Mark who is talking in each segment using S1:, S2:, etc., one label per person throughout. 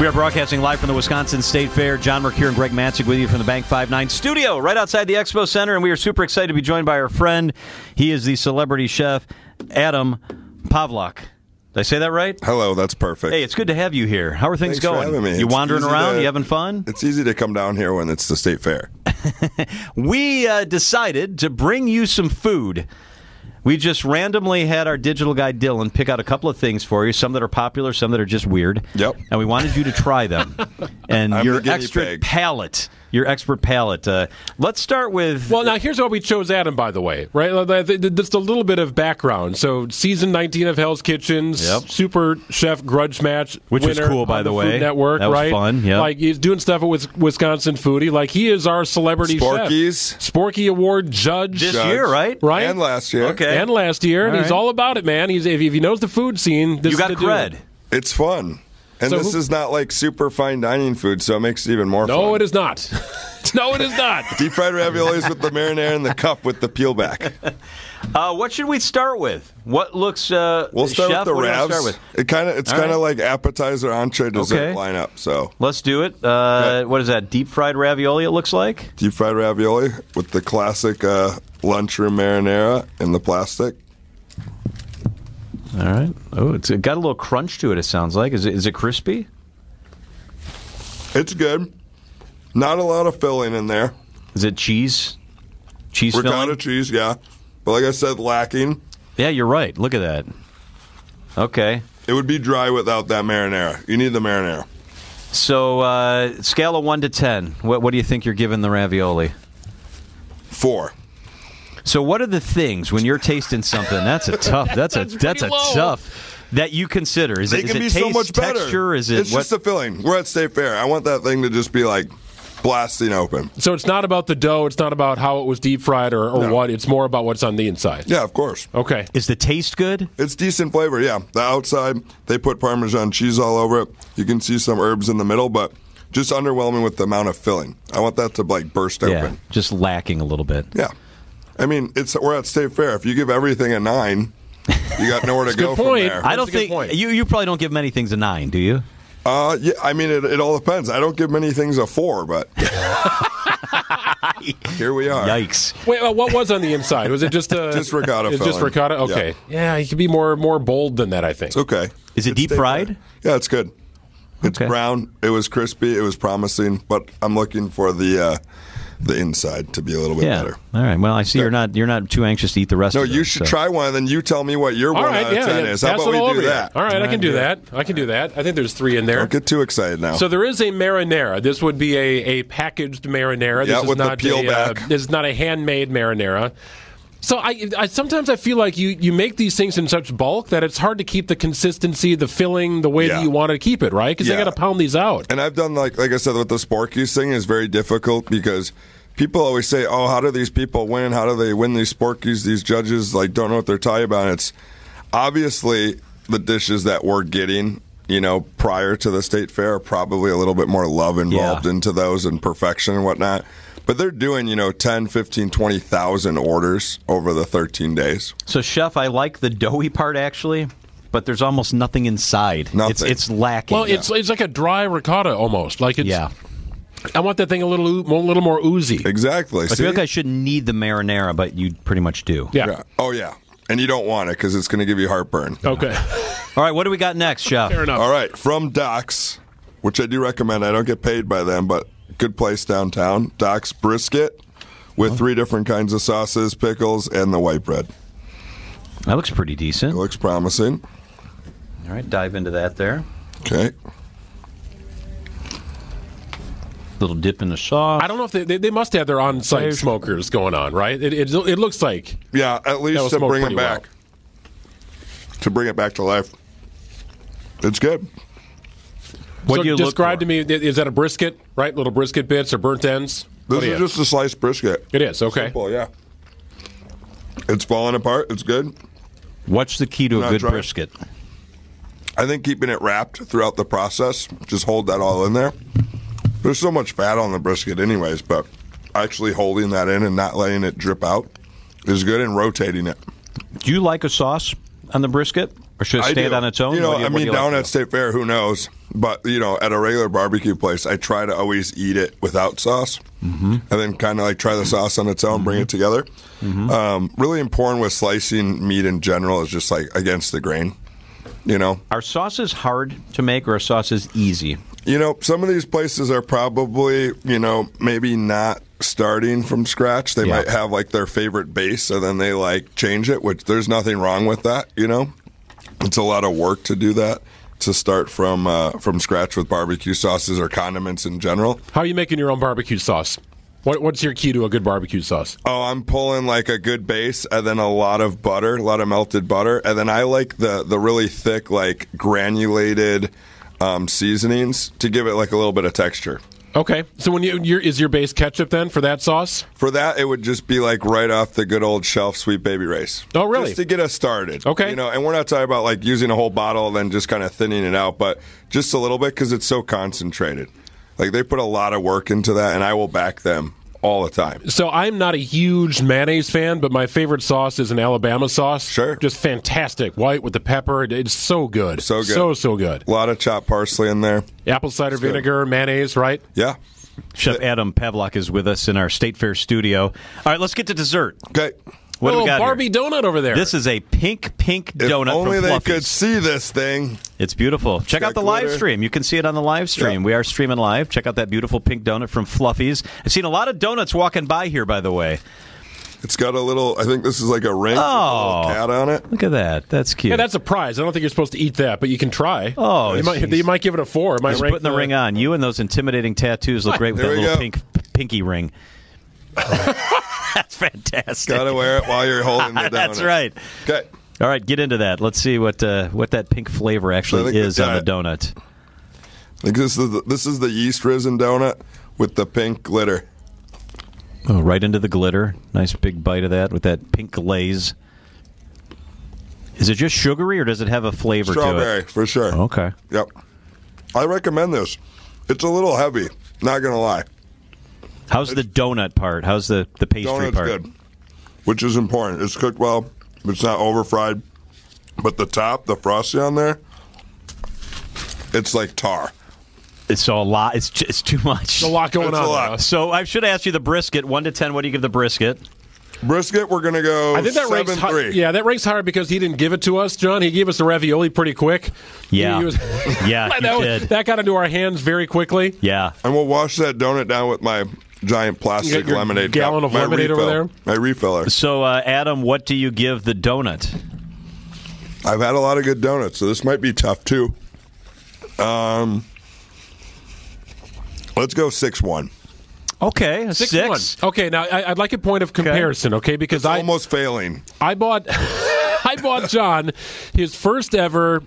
S1: We are broadcasting live from the Wisconsin State Fair. John Mercure and Greg Matzik with you from the Bank 59 studio right outside the Expo Center. And we are super excited to be joined by our friend. He is the celebrity chef, Adam Pavlok. Did I say that right?
S2: Hello, that's perfect.
S1: Hey, it's good to have you here. How are things
S2: Thanks for
S1: going?
S2: having me.
S1: You
S2: It's
S1: wandering
S2: easy
S1: around?
S2: to-
S1: You having fun?
S2: it's easy to come down here when it's the state fair.
S1: We uh, decided to bring you some food. We just randomly had our digital guy Dylan pick out a couple of things for you, some that are popular, some that are just weird.
S2: Yep.
S1: And we wanted you to try them. and
S2: I'm
S1: your
S2: the guinea
S1: expert
S2: pig.
S1: palate, your expert palate. Uh, let's start with
S3: Well, now here's why we chose Adam, by the way, right? Like, th- th- Just a little bit of background. So, season 19 of Hell's Kitchen,
S1: Yep.
S3: Super Chef Grudge Match,
S1: Which was
S3: winner
S1: cool, by
S3: on
S1: the way.
S3: Food Network,
S1: That was
S3: right?
S1: fun, yeah.
S3: like he's doing stuff with Wisconsin foodie. Like he is our celebrity
S2: Sporky's.
S3: chef, Sporky Award judge,
S1: this
S2: Judge.
S1: year, right?
S3: right?
S2: And last year.
S1: Okay.
S3: and last year, and
S1: All
S3: he's
S1: right.
S3: all about it, man. He's if if he knows the food scene, this
S1: You
S3: is
S1: got
S3: the dude.
S1: cred.
S2: It's fun. And
S3: So
S2: this
S3: who-
S2: is not like super fine dining food, so it makes it even more fun.
S3: No, it is not. no, it is not.
S2: Deep fried raviolis with the marinara and the cup with the peel back.
S1: Uh, what should we start with? What looks. Uh,
S2: We'll start
S1: chef,
S2: with the
S1: what do you wanna
S2: ravs.
S1: start with?
S2: It kind of it's
S1: All
S2: kind of
S1: right.
S2: like appetizer, entree, dessert
S1: Okay.
S2: lineup. So
S1: Let's do it. Uh,
S2: Okay.
S1: what is that? Deep fried ravioli, it looks like?
S2: deep fried ravioli with the classic uh, lunchroom marinara in the plastic.
S1: All right. Oh, it's it got a little crunch to it. It sounds like. Is it is it crispy?
S2: It's good. Not a lot of filling in there.
S1: Is it cheese? Cheese
S2: Ricotta
S1: filling.
S2: cheese, yeah. But like I said, lacking.
S1: yeah, you're right. Look at that. Okay.
S2: It would be dry without that marinara. You need the marinara.
S1: So uh, scale of one to ten. What what do you think you're giving the ravioli?
S2: Four.
S1: So what are the things when you're tasting something? That's a tough. That's a that's, a
S3: pretty low.
S1: tough that you consider. Is
S2: They
S1: it, is
S2: can
S1: it
S2: be
S1: taste,
S2: so much better.
S1: texture? Is it
S2: it's
S1: what?
S2: just a filling. We're at State Fair. I want that thing to just be like blasting open.
S3: So it's not about the dough. It's not about how it was deep fried or, or
S2: No.
S3: what. It's more about what's on the inside.
S2: Yeah, of course.
S3: Okay.
S1: is the taste good?
S2: It's decent flavor, yeah. The outside, they put Parmesan cheese all over it. You can see some herbs in the middle, but just underwhelming with the amount of filling. I want that to like burst
S1: Yeah,
S2: open.
S1: just lacking a little bit.
S2: Yeah. I mean, it's we're at State Fair. If you give everything a nine, you got nowhere to go
S3: good point.
S2: from there.
S1: I
S3: That's
S1: don't
S3: a good
S1: think
S3: point.
S1: you you probably don't give many things a nine, do you?
S2: Uh, yeah, I mean, it, it all depends. I don't give many things a four, but here we are.
S1: Yikes.
S3: Wait, well, what was on the inside? Was it just a
S2: Just ricotta
S3: It's just
S2: filling.
S3: ricotta. Okay, yeah, you could be more more bold than that. I think.
S2: It's okay.
S1: Is it deep
S2: It's State Fair.
S1: fried?
S2: Yeah, it's good. It's
S1: Okay.
S2: brown. It was crispy. It was promising, but I'm looking for the uh, the inside to be a little bit
S1: Yeah.
S2: better.
S1: All right. Well, I see you're not you're not too anxious to eat the rest.
S2: No,
S1: of it,
S2: you
S1: so.
S2: should try one, and then you tell me what your
S3: all
S2: one out
S3: right,
S2: of
S3: yeah,
S2: ten
S3: yeah,
S2: is. How
S3: pass
S2: about
S3: it all
S2: we
S3: over
S2: do
S3: you.
S2: that?
S3: All right, I can do that. I can do that. I think there's three in there.
S2: Don't get too excited now.
S3: So there is a marinara. This would be a, a packaged marinara.
S2: Yeah,
S3: this is
S2: with the
S3: not
S2: peel
S3: a, uh,
S2: back.
S3: this is not a handmade marinara. So I, I sometimes I feel like you, you make these things in such bulk that it's hard to keep the consistency, the filling, the way
S2: Yeah.
S3: that you want to keep it, right? Because
S2: Yeah.
S3: they got to pound these out.
S2: And I've done like like I said with the Sporkies thing is very difficult because people always say, "Oh, how do these people win? How do they win these Sporkies? These judges like don't know what they're talking about." And it's obviously the dishes that we're getting, you know, prior to the state fair are probably a little bit more love involved
S1: Yeah.
S2: into those and perfection and whatnot. But they're doing, you know, 10, 15, 20,000 orders over the 13 days.
S1: So, chef, I like the doughy part actually, but there's almost nothing inside.
S2: Nothing.
S1: It's it's lacking.
S3: Well, it's it's like a dry ricotta almost. Like it's,
S1: yeah.
S3: I want that thing a little oo- a little more oozy.
S2: Exactly.
S1: I feel
S2: See?
S1: like I shouldn't need the marinara, but you pretty much do.
S3: Yeah.
S2: Yeah. Oh, yeah. And you don't want it because it's going to give you heartburn.
S3: Okay.
S1: All right, what do we got next, chef?
S3: Fair enough.
S2: All right, from Doc's, which I do recommend. I don't get paid by them, but good place downtown. Doc's brisket with three different kinds of sauces, pickles, and the white bread.
S1: That looks pretty decent.
S2: It
S1: All
S2: looks promising.
S1: right, dive into that there.
S2: Okay.
S1: Little dip in the sauce.
S3: I don't know if they, they, they must have their on-site
S1: Dave.
S3: smokers going on, right? It, it, it looks like
S2: Yeah, at
S3: That
S2: least
S3: was
S2: to
S3: smoked
S2: bring it
S3: pretty
S2: back. To bring it back to life. It's good.
S1: What
S3: so
S1: do you look
S3: describe
S1: for?
S3: to me is that a brisket, right? Little brisket bits or burnt ends? What
S2: This
S3: do
S2: is
S3: you-
S2: just a sliced brisket.
S3: it is okay.
S2: Simple, yeah. It's falling apart. It's good.
S1: What's the key to a
S2: Not
S1: good
S2: dry.
S1: brisket?
S2: I think keeping it wrapped throughout the process, just hold that all in there. There's so much fat on the brisket, anyways, but actually holding that in and not letting it drip out is good and rotating it.
S1: Do you like a sauce on the brisket, or should it
S2: I
S1: stand
S2: do.
S1: on its own?
S2: You know,
S1: What do
S2: I
S1: what do
S2: mean,
S1: you like
S2: down
S1: to
S2: at
S1: do?
S2: State Fair, who knows? But you know, at a regular barbecue place, I try to always eat it without sauce,
S1: Mm-hmm.
S2: and then kind of like try the sauce on its own, bring it together.
S1: Mm-hmm.
S2: Um, really important with slicing meat in general is just like against the grain. You know,
S1: Are sauces hard to make or are sauces easy?
S2: you know, some of these places are probably, you know, maybe not starting from scratch. They
S1: Yeah.
S2: might have like their favorite base and then they like change it, which there's nothing wrong with that, you know. It's a lot of work to do that to start from uh, from scratch with barbecue sauces or condiments in general.
S3: How are you making your own barbecue sauce? What, what's your key to a good barbecue sauce?
S2: Oh, I'm pulling like a good base and then a lot of butter, a lot of melted butter, and then I like the the really thick like granulated um, seasonings to give it like a little bit of texture.
S3: Okay, so when you your, is your base ketchup then for that sauce?
S2: For that, it would just be like right off the good old shelf, sweet baby race.
S3: Oh, really?
S2: Just to get us started.
S3: Okay.
S2: You know, and we're not talking about like using a whole bottle and then just kind of thinning it out, but just a little bit because it's so concentrated. Like they put a lot of work into that, and I will back them all the time.
S3: So I'm not a huge mayonnaise fan, but my favorite sauce is an Alabama sauce.
S2: Sure.
S3: just fantastic, white with the pepper. It- It's so good,
S2: So good.
S3: so so good.
S2: A lot of chopped parsley in there.
S3: Apple cider vinegar, mayonnaise, right?
S2: Yeah.
S1: Chef Adam Pavlock is with us in our State Fair studio. All right, let's get to dessert.
S2: Okay.
S1: What do
S3: oh,
S1: we got here?
S3: Barbie donut over there.
S1: This is a pink, pink
S2: If
S1: donut
S2: only
S1: from
S2: they
S1: Fluffy's.
S2: could see this thing.
S1: It's beautiful. Check
S2: got
S1: out the live
S2: glitter.
S1: stream. You can see it on the live stream.
S2: Yeah.
S1: We are streaming live. Check out that beautiful pink donut from Fluffy's. I've seen a lot of donuts walking by here, by the way.
S2: It's got a little. I think this is like a ring with a
S1: Oh.
S2: little cat on it.
S1: Look at that. That's cute.
S3: yeah, that's a prize. I don't think you're supposed to eat that, but you can try.
S1: Oh,
S3: you might,
S1: jeez.
S3: you might give it a four. It might
S1: He's
S3: rank
S1: putting the ring on. You and those intimidating tattoos look great with
S2: There
S1: that
S2: we
S1: little
S2: go.
S1: pink pinky ring. that's fantastic.
S2: Gotta wear it while you're holding the donut.
S1: that's right.
S2: Okay.
S1: All right, get into that. Let's see what uh, what that pink flavor
S2: I
S1: actually
S2: think
S1: is
S2: that-
S1: on the donut.
S2: Like this is the, this is the yeast risen donut with the pink glitter.
S1: Oh, right into the glitter. Nice big bite of that with that pink glaze. Is it just sugary or does it have a flavor to
S2: Strawberry
S1: it?
S2: for sure.
S1: Okay.
S2: Yep. I recommend this. It's a little heavy. Not gonna lie.
S1: How's the donut part? How's the, the pastry
S2: Donut's
S1: part?
S2: good, which is important. It's cooked well. It's not over fried, but the top, the frosting on there, it's like tar.
S1: It's a lot. It's ju- it's too much.
S3: a lot going
S2: It's a
S3: on.
S2: lot.
S3: there.
S1: So I should ask you the brisket. One to ten. What do you give the brisket?
S2: Brisket, we're gonna go
S3: I think that
S2: seven
S3: ranks hi-
S2: three.
S3: Yeah, that ranks higher because he didn't give it to us, John. He gave us the ravioli pretty quick.
S1: Yeah.
S3: He was-
S1: Yeah, he
S3: that, was-
S1: did.
S3: that got into our hands very quickly.
S1: Yeah.
S2: And we'll wash that donut down with my giant
S3: You
S2: plastic
S3: got your
S2: lemonade
S3: gallon
S2: cup.
S3: of
S2: my
S3: lemonade over
S2: refill,
S3: there?
S2: My refiller.
S1: So uh, Adam, what do you give the donut?
S2: I've had a lot of good donuts, so this might be tough too. Um, let's go six one.
S1: Okay, a six.
S3: One. Okay, now I, I'd like a point of comparison, okay? Because
S2: It's
S3: I
S2: almost failing.
S3: I bought I bought John his first ever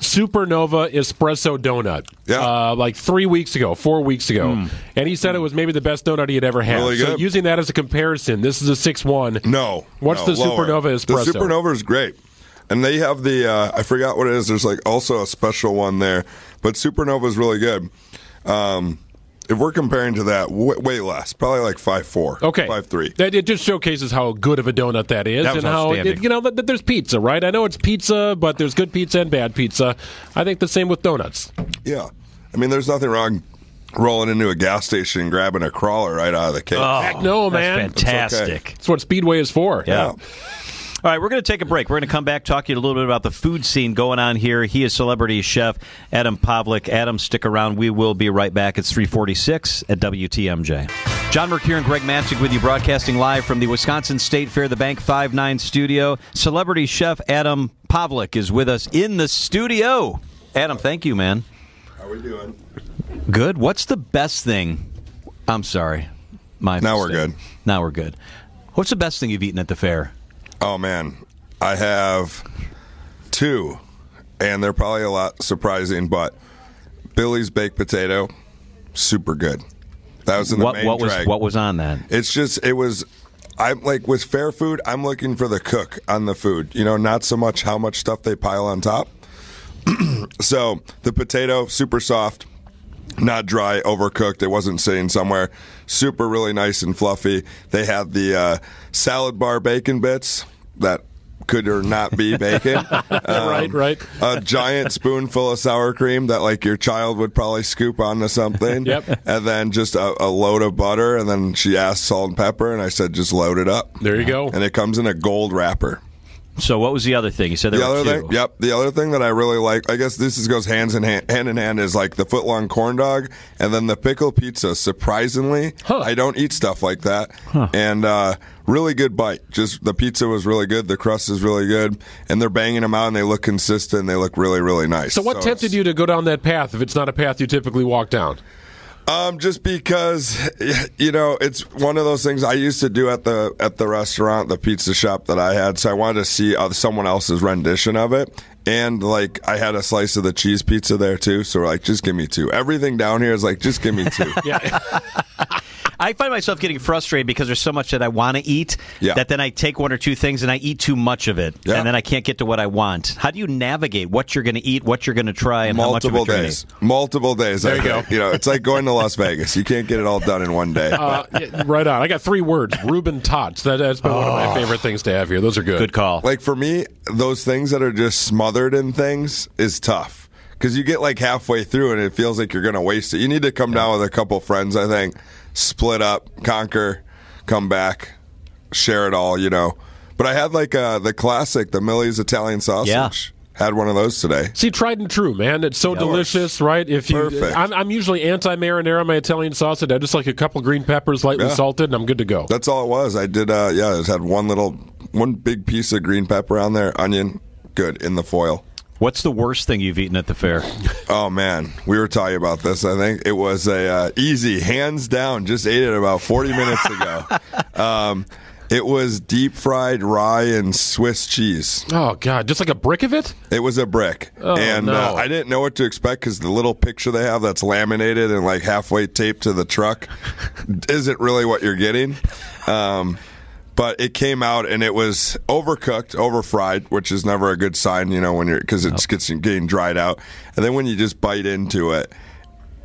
S3: Supernova espresso donut.
S2: Yeah. Hmm.
S3: Uh, like three weeks ago, four weeks ago. And he said it was maybe the best donut he had ever had.
S2: Really
S3: so
S2: good.
S3: using that as a comparison, this is a six one.
S2: No.
S3: What's
S2: no,
S3: the
S2: lower.
S3: Supernova
S2: The
S3: espresso?
S2: Supernova is great. And they have the, uh, I forgot what it is. There's like also a special one there. But Supernova is really good. Um, if we're comparing to that, w- way less. Probably like five four.
S3: Okay,
S2: Five three.
S3: That it just showcases how good of a donut that is,
S1: That was
S3: and how
S1: outstanding.
S3: it, you know that, that there's pizza, right? I know it's pizza, but there's good pizza and bad pizza. I think the same with donuts.
S2: Yeah. I mean, there's nothing wrong rolling into a gas station and grabbing a crawler right out of the cake.
S3: Heck no, man.
S1: Oh, That's fantastic.
S3: That's what Speedway is for.
S1: Yeah. All right, we're going to take a break. We're going to come back, talk to you a little bit about the food scene going on here. He is celebrity chef Adam Pavlik. Adam, stick around. We will be right back. It's 346 at WTMJ. John Mercure and Greg Matzik with you, broadcasting live from the Wisconsin State Fair, the Bank 5 9 studio. Celebrity chef Adam Pavlik is with us in the studio. Adam, thank you, man.
S2: How we doing?
S1: Good. What's the best thing? I'm sorry. My
S2: Now we're
S1: mistake.
S2: good.
S1: Now we're good. What's the best thing you've eaten at the fair?
S2: Oh, man. I have two, and they're probably a lot surprising, but Billy's baked potato, super good. That was in the
S1: what
S2: main
S1: what was
S2: drag.
S1: what was on that?
S2: It's just it was. I'm like with fair food. I'm looking for the cook on the food. You know, not so much how much stuff they pile on top. so the potato super soft, not dry, overcooked. It wasn't sitting somewhere. Super really nice and fluffy. They had the uh, salad bar bacon bits that could or not be bacon. Um,
S3: right, right.
S2: a giant spoonful of sour cream that like your child would probably scoop onto something.
S3: Yep.
S2: And then just a, a load of butter. And then she asked salt and pepper, and I said just load it up.
S3: There you go.
S2: And it comes in a gold wrapper.
S1: So what was the other thing? You said there
S2: The
S1: were
S2: other
S1: two.
S2: thing, yep. The other thing that I really like, I guess this is goes hands in hand, hand in hand, is like the foot long corn dog and then the pickle pizza. Surprisingly,
S3: Huh.
S2: I don't eat stuff like that. And uh, really good bite. Just the pizza was really good. The crust is really good, and they're banging them out, and they look consistent. They look really, really nice.
S3: So what tempted
S2: it's-
S3: you to go down that path if it's not a path you typically walk down?
S2: Um, just because you know it's one of those things I used to do at the at the restaurant, the pizza shop that I had. So I wanted to see uh, someone else's rendition of it, and like I had a slice of the cheese pizza there too. So we're like, just give me two. Everything down here is like, just give me two.
S3: Yeah.
S1: I find myself getting frustrated because there's so much that I want to eat
S2: Yeah.
S1: that then I take one or two things and I eat too much of it,
S2: Yeah.
S1: and then I can't get to what I want. How do you navigate what you're going to eat, what you're going to try, and how
S2: Multiple
S1: much of it you're
S2: days, multiple days. There
S3: you go.
S2: You know, it's like going to Las Vegas. You can't get it all done in one day.
S3: Uh, yeah, right on. I got three words. Reuben tots. That, that's been one of my favorite things to have here. Those are good.
S1: Good call.
S2: Like for me, those things that are just smothered in things is tough because you get like halfway through and it feels like you're going to waste it. You need to come down with a couple friends, I think, split up, conquer, come back, share it all, you know. But I had like uh, the classic, the Millie's Italian sausage.
S1: Yeah.
S2: Had one of those today.
S3: See, tried and true, man. It's so delicious, right? If you,
S2: Perfect.
S3: I'm, I'm usually anti-marinara my Italian sausage. I just like a couple green peppers, lightly
S2: Yeah.
S3: salted, and I'm good to go.
S2: That's all it was. I did, uh, yeah, I just had one little, one big piece of green pepper on there, onion, good, in the foil.
S1: What's the worst thing you've eaten at the fair?
S2: Oh man, we were talking about this. I think it was a uh, easy, hands down. Just ate it about forty minutes ago. Um, it was deep fried rye and Swiss cheese.
S3: oh God, just like a brick of it.
S2: It was a brick,
S1: Oh,
S2: and
S3: no.
S2: uh, I didn't know what to expect because the little picture they have that's laminated and like halfway taped to the truck isn't really what you're getting. Um, but it came out and it was overcooked, overfried, which is never a good sign, you know, when you're because it's gets getting dried out. And then when you just bite into it,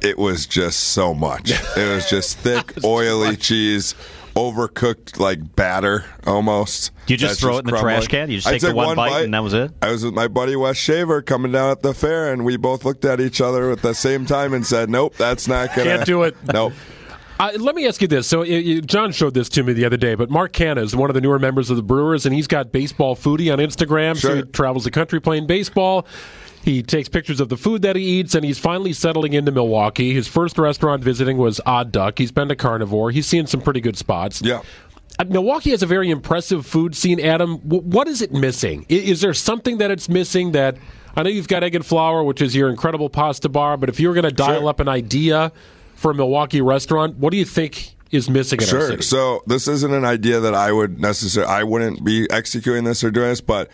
S2: it was just so much. It was just thick, oily cheese, overcooked like batter almost.
S1: Do you just
S2: That's
S1: throw it in the
S2: crumbling.
S1: trash can? You just
S2: I
S1: take the
S2: took
S1: one bite and that was it?
S2: I was with my buddy Wes Shaver coming down at the fair, and we both looked at each other at the same time and said, "Nope, that's not gonna
S3: Can't do it."
S2: Nope.
S3: Uh, let me ask you this. So, uh, you- John showed this to me the other day, but Mark Canna is one of the newer members of the Brewers, and he's got Baseball Foodie on Instagram. So,
S2: Sure.
S3: he travels the country playing baseball. He takes pictures of the food that he eats, and he's finally settling into Milwaukee. His first restaurant visiting was Odd Duck. He's been to Carnivore. He's seen some pretty good spots.
S2: Yeah.
S3: Uh, Milwaukee has a very impressive food scene, Adam. W- what is it missing? I- is there something that it's missing that I know you've got Egg and Flour, which is your incredible pasta bar, but if you were going to dial
S2: Sure.
S3: up an idea for a Milwaukee restaurant, what do you think is missing in our
S2: Sure.
S3: city?
S2: So this isn't an idea that I would necessarily. I wouldn't be executing this or doing this, but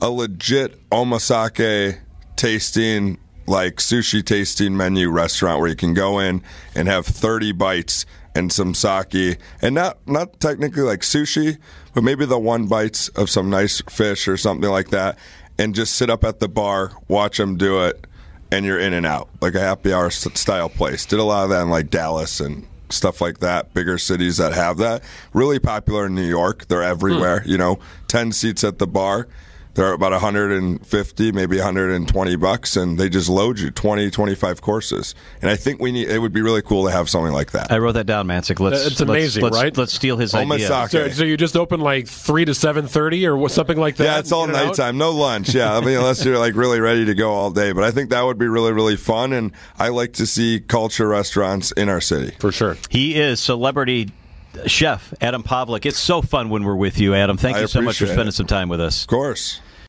S2: a legit omasake tasting, like sushi tasting menu restaurant where you can go in and have thirty bites and some sake, and not not technically like sushi, but maybe the one bites of some nice fish or something like that, and just sit up at the bar, watch them do it. and you're in and out, like a happy hour s- style place. Did a lot of that in like Dallas and stuff like that, bigger cities that have that. Really popular in New York. They're everywhere. You know, ten seats at the bar. They're about 150, maybe 120 bucks, and they just load you 20, 25 courses. And I think we need. It would be really cool to have something like that.
S1: I wrote that down, Mancic. Let's.
S3: It's
S1: let's-
S3: amazing,
S1: let's,
S3: right?
S1: Let's steal his idea.
S2: Omasake.
S3: So, so you just open like three to seven thirty or what- something like that.
S2: Yeah, it's all
S3: in and out?
S2: nighttime, no lunch. Yeah, I mean, unless you're like really ready to go all day. But I think that would be really, really fun, and I like to see culture restaurants in our city.
S3: for sure.
S1: He is celebrity chef Adam Pavlik. It's so fun when we're with you, Adam. Thank
S2: I
S1: you so much for
S2: appreciate
S1: spending
S2: it.
S1: some time with us.
S2: Of course.